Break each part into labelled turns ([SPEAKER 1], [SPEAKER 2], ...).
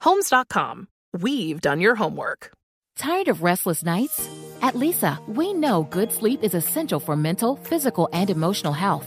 [SPEAKER 1] Homes.com. We've done your homework.
[SPEAKER 2] Tired of restless nights? At Lisa, we know good sleep is essential for mental, physical, and emotional health.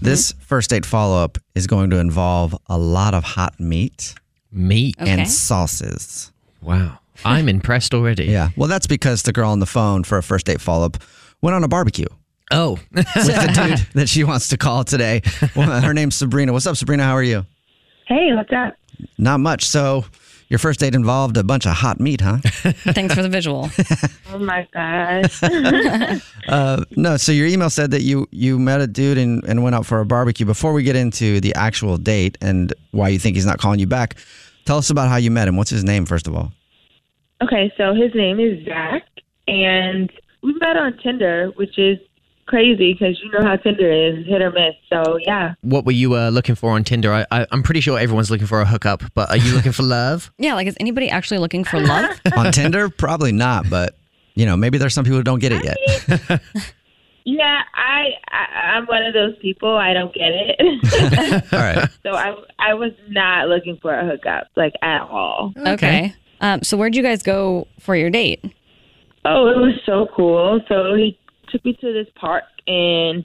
[SPEAKER 3] this
[SPEAKER 4] Mm-hmm.
[SPEAKER 3] first date follow up is going to involve a lot of hot meat
[SPEAKER 4] Meat.
[SPEAKER 3] and sauces.
[SPEAKER 4] Wow. I'm impressed already.
[SPEAKER 3] Yeah. Well, that's because the girl on the phone for a first date follow up went on a barbecue
[SPEAKER 4] Oh.
[SPEAKER 3] with the dude that she wants to call today. Well, her name's Sabrina. What's up, Sabrina? How are you?
[SPEAKER 5] Hey, what's up?
[SPEAKER 3] Not much. So, your first date involved a bunch of hot meat, huh?
[SPEAKER 6] Thanks for the visual.
[SPEAKER 5] Oh my gosh.
[SPEAKER 3] Uh, no, so your email said that you you met a dude and, and went out for a barbecue. Before we get into the actual date and why you think he's not calling you back, tell us about how you met him. What's his name, first of all?
[SPEAKER 5] okay, so his name is Zach, and we met on Tinder, which is crazy because you know how Tinder is hit or miss. So yeah,
[SPEAKER 4] What were you uh, looking for on Tinder? I, I, I'm pretty sure everyone's looking for a hookup, but are you looking for love?
[SPEAKER 6] Yeah, like is anybody actually looking for love?
[SPEAKER 3] On Tinder? Probably not, but you know, maybe there's some people who don't get it yet.
[SPEAKER 5] yeah, I, I I'm one of those people. I don't get it.
[SPEAKER 3] all right.
[SPEAKER 5] so I I was not looking for a hookup like at all.
[SPEAKER 6] Okay. Um, so where'd you guys go for your date?
[SPEAKER 5] Oh, it was so cool. So he took me to this park and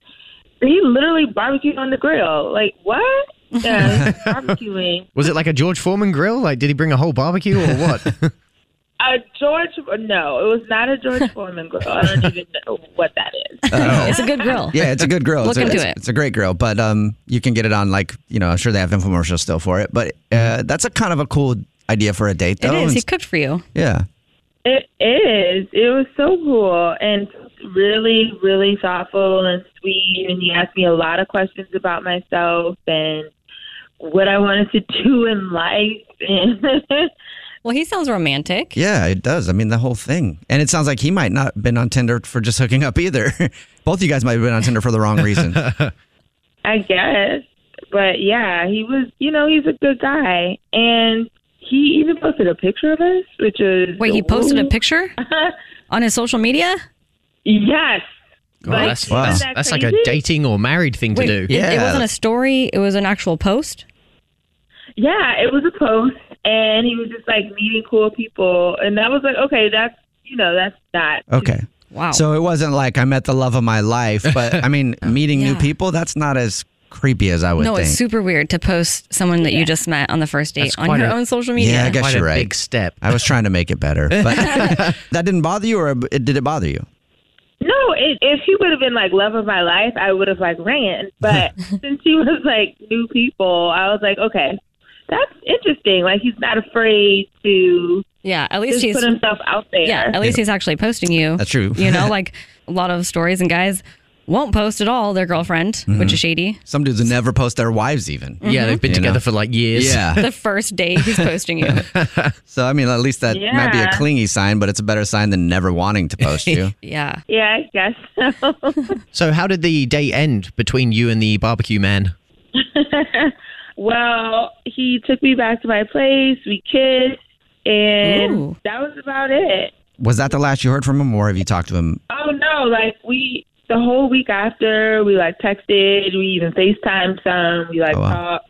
[SPEAKER 5] he literally barbecued on the grill. Like what? Yeah, barbecuing.
[SPEAKER 4] Was it like a George Foreman grill? Like, did he bring a whole barbecue or what?
[SPEAKER 5] A George? No, it was not a George Foreman grill. I don't even know what that is.
[SPEAKER 6] It's a good grill.
[SPEAKER 3] Oh. Yeah, it's a good grill.
[SPEAKER 6] Look
[SPEAKER 3] it's a,
[SPEAKER 6] into
[SPEAKER 3] it's,
[SPEAKER 6] it.
[SPEAKER 3] it's a great grill, but um, you can get it on like you know, I'm sure they have infomercials still for it. But uh, that's a kind of a cool idea for a date,
[SPEAKER 6] It
[SPEAKER 3] though.
[SPEAKER 6] is. He
[SPEAKER 3] It's-
[SPEAKER 6] cooked for you.
[SPEAKER 3] yeah.
[SPEAKER 5] It is. It was so cool and really, really thoughtful and sweet. And he asked me a lot of questions about myself and what I wanted to do in life. And
[SPEAKER 6] Well, he sounds romantic.
[SPEAKER 3] Yeah, it does. I mean, the whole thing. And it sounds like he might not have been on Tinder for just hooking up either. Both of you guys might have been on Tinder for the wrong reason.
[SPEAKER 5] I guess. But yeah, he was, you know, he's a good guy. And he even posted a picture of us, which is.
[SPEAKER 6] Wait, he posted a picture on his social media?
[SPEAKER 5] Yes.
[SPEAKER 4] Oh,
[SPEAKER 5] Like,
[SPEAKER 4] that's
[SPEAKER 3] Wow.
[SPEAKER 4] that's,
[SPEAKER 5] isn't that
[SPEAKER 4] that's like a
[SPEAKER 5] crazy?
[SPEAKER 4] dating or married thing
[SPEAKER 6] Wait,
[SPEAKER 4] to
[SPEAKER 6] it-
[SPEAKER 4] do.
[SPEAKER 6] It,
[SPEAKER 3] Yeah.
[SPEAKER 6] wasn't a story. It was an actual post.
[SPEAKER 5] Yeah, it was a post, and he was just like meeting cool people, and that was like, okay, that's you know, that's not
[SPEAKER 3] Okay.
[SPEAKER 6] Wow.
[SPEAKER 5] Oh.
[SPEAKER 3] So it wasn't like I met the love of my life, but I mean, meeting new
[SPEAKER 6] Yeah.
[SPEAKER 3] people, that's not as creepy as I would
[SPEAKER 6] no,
[SPEAKER 3] think.
[SPEAKER 6] it's super weird to post someone that you just met on the first date
[SPEAKER 4] That's
[SPEAKER 6] on
[SPEAKER 4] quite
[SPEAKER 6] your
[SPEAKER 4] a-
[SPEAKER 6] own social media.
[SPEAKER 3] yeah, I guess
[SPEAKER 4] Quite
[SPEAKER 3] you're
[SPEAKER 4] a
[SPEAKER 3] right.
[SPEAKER 4] big step.
[SPEAKER 3] I was trying to make it better, but that didn't bother you, or it, did it bother you?
[SPEAKER 5] No, it, if he would have been like love of my life, I would have like ran. But since he was like new people, I was like, okay, that's interesting. Like he's not afraid to
[SPEAKER 6] Yeah, at least
[SPEAKER 5] just
[SPEAKER 6] he's
[SPEAKER 5] put himself out there.
[SPEAKER 6] yeah, at least he's actually posting you.
[SPEAKER 3] That's true.
[SPEAKER 6] You know, like a lot of stories and guys won't post at all their girlfriend, which is shady.
[SPEAKER 3] Some dudes never post their wives,
[SPEAKER 4] Yeah,
[SPEAKER 3] even.
[SPEAKER 5] Mm-hmm.
[SPEAKER 4] they've been
[SPEAKER 3] You know?
[SPEAKER 4] together for like years.
[SPEAKER 3] Yeah.
[SPEAKER 6] The first date he's posting you.
[SPEAKER 3] So, I mean, at least that might be a
[SPEAKER 5] Yeah.
[SPEAKER 3] clingy sign, but it's a better sign than never wanting to post you.
[SPEAKER 6] Yeah.
[SPEAKER 5] yeah, I guess so.
[SPEAKER 4] So, how did the date end between you and the E barbecue man?
[SPEAKER 5] well, he took me back to my place. We kissed. and
[SPEAKER 2] Ooh.
[SPEAKER 5] that was about it.
[SPEAKER 2] Was that the last you heard from him, or have you talked to him?
[SPEAKER 5] Oh no, like we the whole week after we like texted, we even FaceTimed some, we
[SPEAKER 3] Oh,
[SPEAKER 5] like
[SPEAKER 2] wow.
[SPEAKER 5] talked.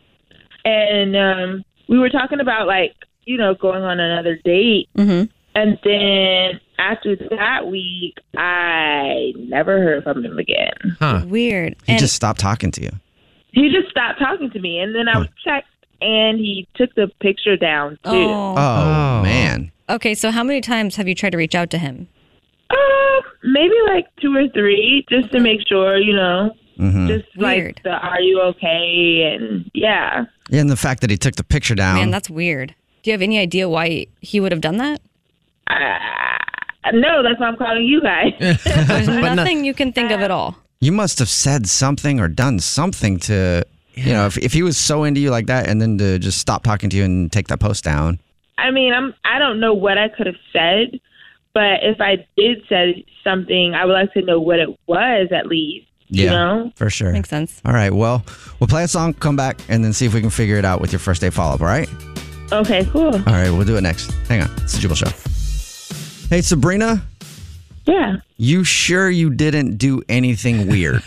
[SPEAKER 5] And um we were talking about like, you know, going on another date.
[SPEAKER 6] Mm-hmm.
[SPEAKER 5] And then after that week, I never heard from him again.
[SPEAKER 2] Huh.
[SPEAKER 6] Weird.
[SPEAKER 2] He just stopped talking to you.
[SPEAKER 5] He just stopped talking to me, and then I was checked, and he took the picture down too.
[SPEAKER 6] Oh.
[SPEAKER 2] Oh, man.
[SPEAKER 6] Okay, so how many times have you tried to reach out to him?
[SPEAKER 5] Uh, maybe like two or three, just to make sure, you know,
[SPEAKER 2] Mhm.
[SPEAKER 5] just like the "Are you okay?" and yeah.
[SPEAKER 2] Yeah, and the fact that he took the picture down.
[SPEAKER 6] Man, that's weird. Do you have any idea why he would have done that?
[SPEAKER 5] Uh, no, that's why I'm calling you guys.
[SPEAKER 6] There's
[SPEAKER 2] no-
[SPEAKER 6] nothing you can think of at all.
[SPEAKER 2] you must have said something or done something to, you know, if, if he was so into you like that and then to just stop talking to you and take that post down.
[SPEAKER 5] I mean, I'm I don't know what I could have said, but if I did say something, I would like to know what it was at least.
[SPEAKER 2] Yeah,
[SPEAKER 5] You know?
[SPEAKER 2] for sure.
[SPEAKER 5] Makes sense.
[SPEAKER 2] All right. Well, we'll play a song, come back, and then see if we can figure it out with your first day follow up. All right.
[SPEAKER 5] Okay, cool.
[SPEAKER 2] All right. We'll do it next. Hang on. It's the Jubal Show. Hey, Sabrina.
[SPEAKER 5] Yeah.
[SPEAKER 2] You sure you didn't do anything weird?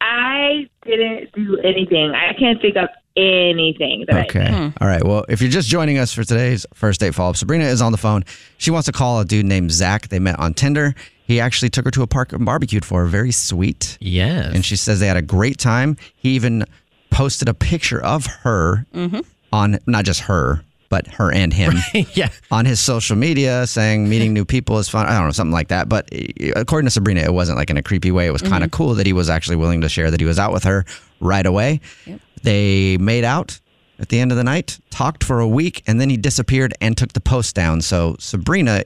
[SPEAKER 5] I didn't do anything. I can't think of anything. That I
[SPEAKER 2] Okay.
[SPEAKER 5] did.
[SPEAKER 2] All right. Well, if you're just joining us for today's first date follow up, Sabrina is on the phone. She wants to call a dude named Zach. They met on Tinder. He actually took her to a park and barbecued for her. Very sweet.
[SPEAKER 4] Yes.
[SPEAKER 2] And she says they had a great time. He even posted a picture of her
[SPEAKER 4] Mhm.
[SPEAKER 2] on not just her, but her and him.
[SPEAKER 4] yeah.
[SPEAKER 2] On his social media, saying meeting new people is fun. I don't know, something like that. But eh, according to Sabrina, it wasn't like in a creepy way. It was kind of
[SPEAKER 7] Mhm.
[SPEAKER 2] cool that he was actually willing to share that he was out with her right away. They made out at the end of the night, talked for a week, and then he disappeared and took the post down. So Sabrina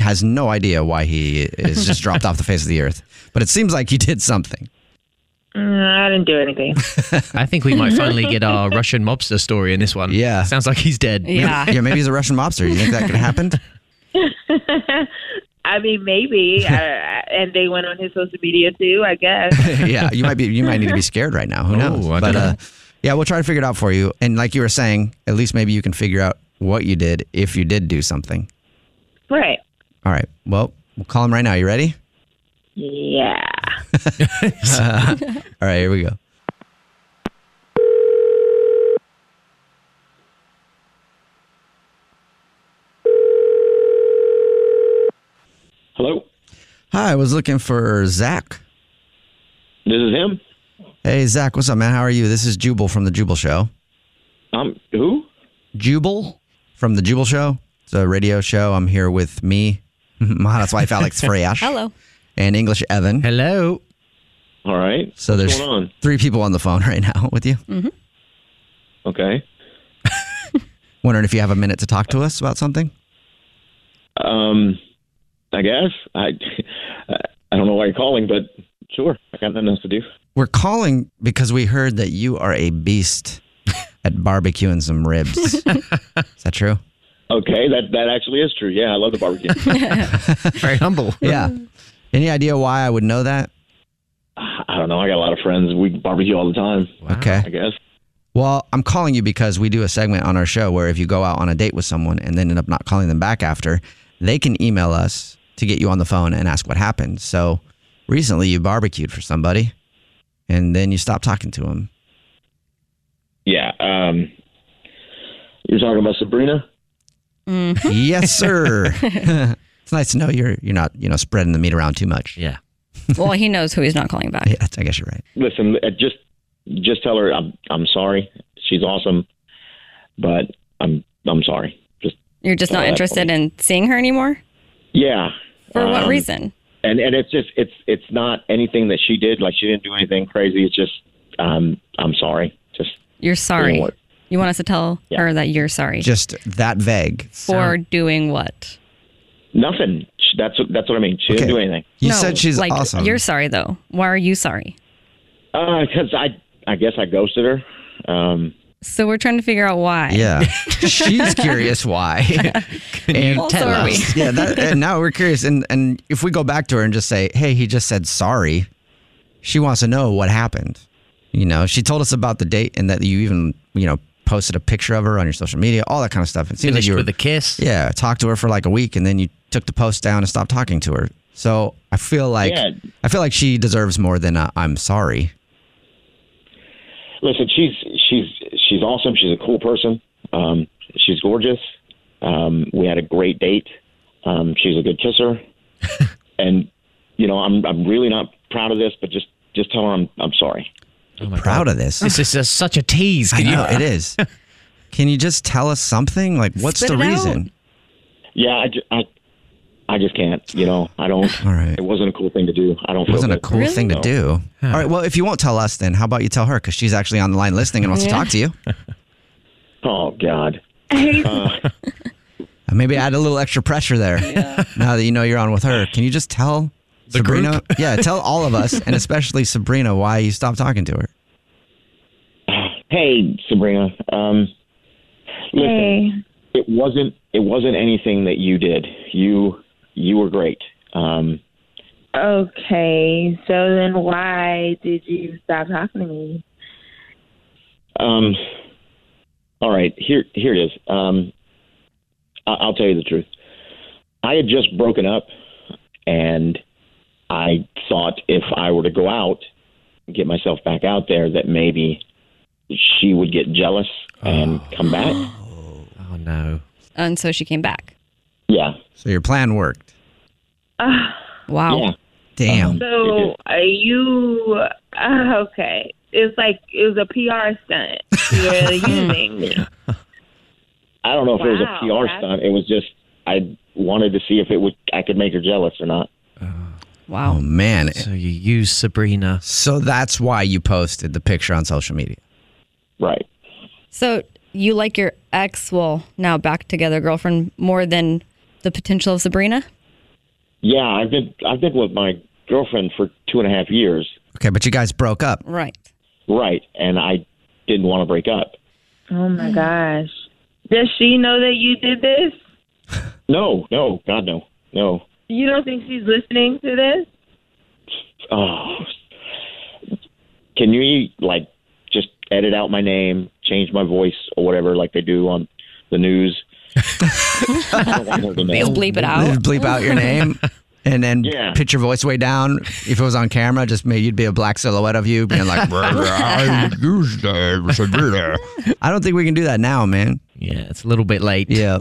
[SPEAKER 2] has no idea why he is just dropped off the face of the earth. But it seems like he did something.
[SPEAKER 5] Mm, I didn't do anything.
[SPEAKER 4] I think we might finally get our Russian mobster story in this one. Yeah. Sounds like he's dead.
[SPEAKER 5] Yeah.
[SPEAKER 2] yeah, maybe he's a Russian mobster. You think that could have happened?
[SPEAKER 5] I mean, maybe. I, I- and they went on his social media too, I guess.
[SPEAKER 2] yeah, you might be you might need to be scared right now. Who knows?
[SPEAKER 4] I
[SPEAKER 2] but
[SPEAKER 4] don't
[SPEAKER 2] uh,
[SPEAKER 4] know.
[SPEAKER 2] yeah, we'll try to figure it out for you. And like you were saying, at least maybe you can figure out what you did if you did do something.
[SPEAKER 5] Right.
[SPEAKER 2] All right. Well, we'll call him right now. You ready?
[SPEAKER 5] Yeah.
[SPEAKER 2] all right. Here we go.
[SPEAKER 3] Hello,
[SPEAKER 2] Hi, I was looking for Zach.
[SPEAKER 3] this is him.
[SPEAKER 2] Hey, Zach. What's up, man? How are you? This is Jubal from the Jubal Show.
[SPEAKER 3] Um, who?
[SPEAKER 2] Jubal from the Jubal Show. It's a radio show. I'm here with me, my hottest wife, Alex Freyash.
[SPEAKER 6] Hello.
[SPEAKER 2] and English Evan. Hello.
[SPEAKER 3] All right.
[SPEAKER 2] So
[SPEAKER 3] What's
[SPEAKER 2] there's
[SPEAKER 3] going on?
[SPEAKER 2] three people on the phone right now with you.
[SPEAKER 6] Mm-hmm.
[SPEAKER 3] Okay.
[SPEAKER 2] Wondering if you have a minute to talk to us about something.
[SPEAKER 3] Um, I guess I, I don't know why you're calling, but sure, I got nothing else to do.
[SPEAKER 2] We're calling because we heard that you are a beast at barbecuing some ribs. Is that true?
[SPEAKER 3] Okay, that that actually is true. Yeah, I love the barbecue.
[SPEAKER 2] Very humble. Yeah. Any idea why I would know that?
[SPEAKER 3] I don't know. I got a lot of friends. We barbecue all the time.
[SPEAKER 2] Okay.
[SPEAKER 3] I guess.
[SPEAKER 2] Well, I'm calling you because we do a segment on our show where if you go out on a date with someone and then end up not calling them back after, they can email us to get you on the phone and ask what happened. So recently you barbecued for somebody and then you stopped talking to him.
[SPEAKER 3] Yeah. Um, you're talking about Sabrina.
[SPEAKER 2] yes, sir. it's nice to know you're you're not, you know, spreading the meat around too much. Yeah.
[SPEAKER 6] well, he knows who he's not calling back.
[SPEAKER 2] Yeah, I guess you're right.
[SPEAKER 3] Listen, uh, just just tell her I'm I'm sorry. She's awesome, but I'm I'm sorry. Just
[SPEAKER 6] You're
[SPEAKER 5] Oh,
[SPEAKER 6] just not
[SPEAKER 3] Uh,
[SPEAKER 6] interested in seeing her anymore?
[SPEAKER 3] yeah.
[SPEAKER 6] For what
[SPEAKER 3] Um,
[SPEAKER 6] reason?
[SPEAKER 3] and and it's just it's it's not anything that she did. Like she didn't do anything crazy. It's just um, I'm sorry. Just
[SPEAKER 6] You're sorry.
[SPEAKER 3] what?
[SPEAKER 6] You want us to tell her that you're sorry
[SPEAKER 2] Just that vague.
[SPEAKER 6] for doing what?
[SPEAKER 3] nothing. She- That's what- that's what I mean. She didn't do anything.
[SPEAKER 6] No, like, You're sorry though. Why are you sorry?
[SPEAKER 3] because Uh, I I guess I ghosted her. Um,
[SPEAKER 6] So we're trying to figure out why.
[SPEAKER 2] Yeah. She's curious why. and
[SPEAKER 6] Also tell are we? us?
[SPEAKER 2] yeah, that, and now we're curious. And and if we go back to her and just say, hey, he just said sorry, she wants to know what happened. You know, she told us about the date and that you even, you know, posted a picture of her on your social media, all that kind of stuff. It seems
[SPEAKER 4] Finished
[SPEAKER 2] like you were,
[SPEAKER 4] with a kiss.
[SPEAKER 2] Yeah, talked to her for like a week, and then you took the post down and stopped talking to her. So I feel like
[SPEAKER 3] Yeah.
[SPEAKER 2] I feel like she deserves more than i I'm sorry.
[SPEAKER 3] Listen, she's she's she's awesome. She's a cool person. Um, she's gorgeous. Um, we had a great date. Um, she's a good kisser, and you know I'm I'm really not proud of this, but just just tell her I'm I'm sorry.
[SPEAKER 2] Proud of this.
[SPEAKER 4] Oh This is just such a tease.
[SPEAKER 2] I
[SPEAKER 4] Can you-
[SPEAKER 2] know it is. Can you just tell us something? Like, what's
[SPEAKER 4] Spit
[SPEAKER 2] the
[SPEAKER 4] it out.
[SPEAKER 2] reason?
[SPEAKER 3] Yeah, I, ju- I, I just can't. You know, I don't.
[SPEAKER 2] All right.
[SPEAKER 3] It wasn't a cool thing to do. I don't.
[SPEAKER 2] It wasn't
[SPEAKER 3] feel
[SPEAKER 2] a cool thing to do. All right. Well, if you won't tell us, then how about you tell her? Because she's actually on the line listening and wants to
[SPEAKER 3] Yeah.
[SPEAKER 2] talk to you.
[SPEAKER 3] Oh God.
[SPEAKER 2] Uh, Maybe add a little extra pressure there. Now that you know you're on with her, can you just tell Sabrina? yeah, tell all of us and especially Sabrina why you stopped talking to her.
[SPEAKER 3] Hey, Sabrina. Um, listen, it wasn't it wasn't anything that you did. You you were great. Um,
[SPEAKER 5] Okay, so then why did you stop talking to me?
[SPEAKER 3] um, all right, here here it is. Um, I, I'll tell you the truth. I had just broken up, and I thought if I were to go out, get myself back out there, that maybe she would get jealous and come back.
[SPEAKER 4] Oh no.
[SPEAKER 6] And so she came back.
[SPEAKER 3] Yeah.
[SPEAKER 2] So your plan worked.
[SPEAKER 5] Uh,
[SPEAKER 6] Wow.
[SPEAKER 2] Damn.
[SPEAKER 5] so are you uh, okay? It's like it was a PR stunt. You're using me.
[SPEAKER 3] I don't know if it was
[SPEAKER 5] Wow,
[SPEAKER 3] a PR
[SPEAKER 5] that's-
[SPEAKER 3] stunt. It was just I wanted to see if it would I could make her jealous or not.
[SPEAKER 6] Wow.
[SPEAKER 2] Oh man.
[SPEAKER 4] So you use Sabrina.
[SPEAKER 2] So that's why you posted the picture on social media.
[SPEAKER 3] Right.
[SPEAKER 6] So you like your ex, well, now back together girlfriend more than the potential of Sabrina?
[SPEAKER 3] Yeah, I've been I've been with my girlfriend for two and a half years.
[SPEAKER 2] Okay, but you guys broke up.
[SPEAKER 6] Right.
[SPEAKER 3] Right, and I didn't want to break up.
[SPEAKER 5] Oh my gosh! Does she know that you did this?
[SPEAKER 3] No, no, God no, no.
[SPEAKER 5] You don't think she's listening to this?
[SPEAKER 3] Oh, can you like just edit out my name, change my voice or whatever, like they do on the news? I don't want her to know.
[SPEAKER 6] Just bleep it out.
[SPEAKER 2] Just bleep out your name and then pitch your voice way down. If it was on camera, just maybe you'd be a black silhouette of you being like, I used to, Sabrina." I don't think we can do that now, man.
[SPEAKER 4] Yeah, it's a little bit late.
[SPEAKER 2] Yeah.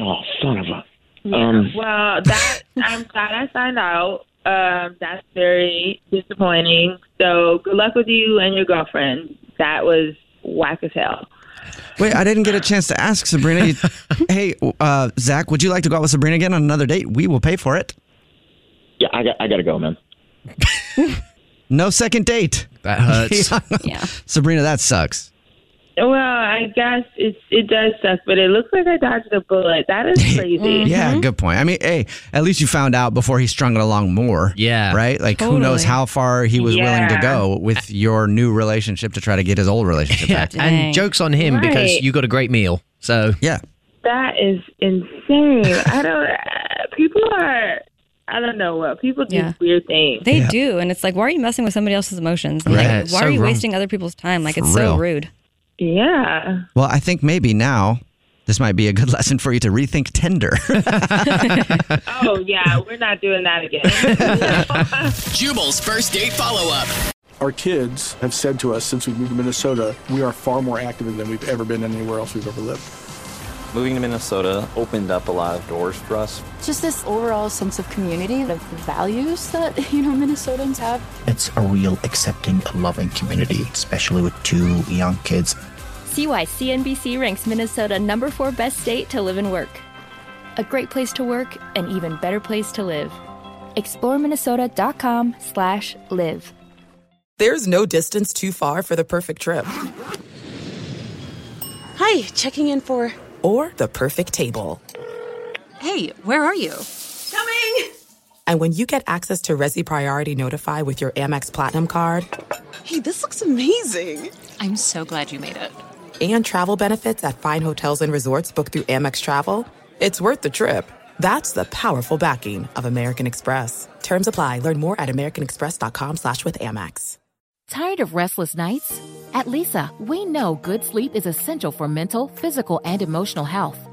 [SPEAKER 3] Oh, son of a.
[SPEAKER 5] Yeah.
[SPEAKER 3] Um,
[SPEAKER 5] well, that I'm glad I signed out. Um, that's very disappointing. So good luck with you and your girlfriend. That was whack as hell.
[SPEAKER 2] Wait, I didn't get a chance to ask Sabrina. You- hey, uh, Zach, would you like to go out with Sabrina again on another date? We will pay for it.
[SPEAKER 3] Yeah, I got I gotta go, man.
[SPEAKER 2] No second date.
[SPEAKER 4] That hurts.
[SPEAKER 6] yeah.
[SPEAKER 2] Sabrina, that sucks.
[SPEAKER 5] Well, I guess it's it does suck, but it looks like I dodged a bullet. That is crazy.
[SPEAKER 4] Mm-hmm.
[SPEAKER 2] Yeah, good point. I mean, hey, at least you found out before he strung it along more. Yeah. Right? Like, who knows
[SPEAKER 4] Totally.
[SPEAKER 2] how far he was willing to
[SPEAKER 4] Yeah.
[SPEAKER 2] go with your new relationship to try to get his old relationship
[SPEAKER 4] Yeah,
[SPEAKER 2] back.
[SPEAKER 4] and jokes on him because
[SPEAKER 5] Right.
[SPEAKER 4] you got a great meal. So
[SPEAKER 2] yeah,
[SPEAKER 5] That is insane. I don't. People are. I don't know what people do
[SPEAKER 6] Yeah.
[SPEAKER 5] weird things.
[SPEAKER 6] They do. And it's like, why are you messing with somebody else's emotions? And,
[SPEAKER 2] Right.
[SPEAKER 6] Like, why
[SPEAKER 2] So
[SPEAKER 6] are you
[SPEAKER 2] wrong.
[SPEAKER 6] wasting other people's time? Like,
[SPEAKER 2] For
[SPEAKER 6] it's so
[SPEAKER 2] real.
[SPEAKER 6] rude.
[SPEAKER 5] Yeah.
[SPEAKER 2] Well, I think maybe now this might be a good lesson for you to rethink Tinder.
[SPEAKER 5] Oh yeah, we're not doing that again.
[SPEAKER 8] Jubal's first date follow up.
[SPEAKER 9] Our kids have said to us since we moved to Minnesota, we are far more active than we've ever been anywhere else we've ever lived.
[SPEAKER 10] Moving to Minnesota opened up a lot of doors for us.
[SPEAKER 11] Just this overall sense of community, of the values that, you know, Minnesotans have.
[SPEAKER 12] It's a real accepting, loving community, especially with two young kids.
[SPEAKER 13] See why CNBC ranks Minnesota number four best state to live and work. A great place to work, an even better place to live.
[SPEAKER 7] exploreminnesota.com slash live.
[SPEAKER 14] There's no distance too far for the perfect trip
[SPEAKER 15] Hi, checking in for.
[SPEAKER 14] or the perfect table.
[SPEAKER 15] Hey, where are you? Coming!
[SPEAKER 14] And when you get access to Resi Priority Notify with your Amex Platinum card
[SPEAKER 15] Hey, this looks amazing! I'm so glad you made it.
[SPEAKER 14] and travel benefits at fine hotels and resorts booked through Amex Travel, it's worth the trip. That's the powerful backing of American Express. Terms apply. Learn more at americanexpress.com slash with Amex.
[SPEAKER 1] Tired of restless nights? At Lisa, we know good sleep is essential for mental, physical, and emotional health.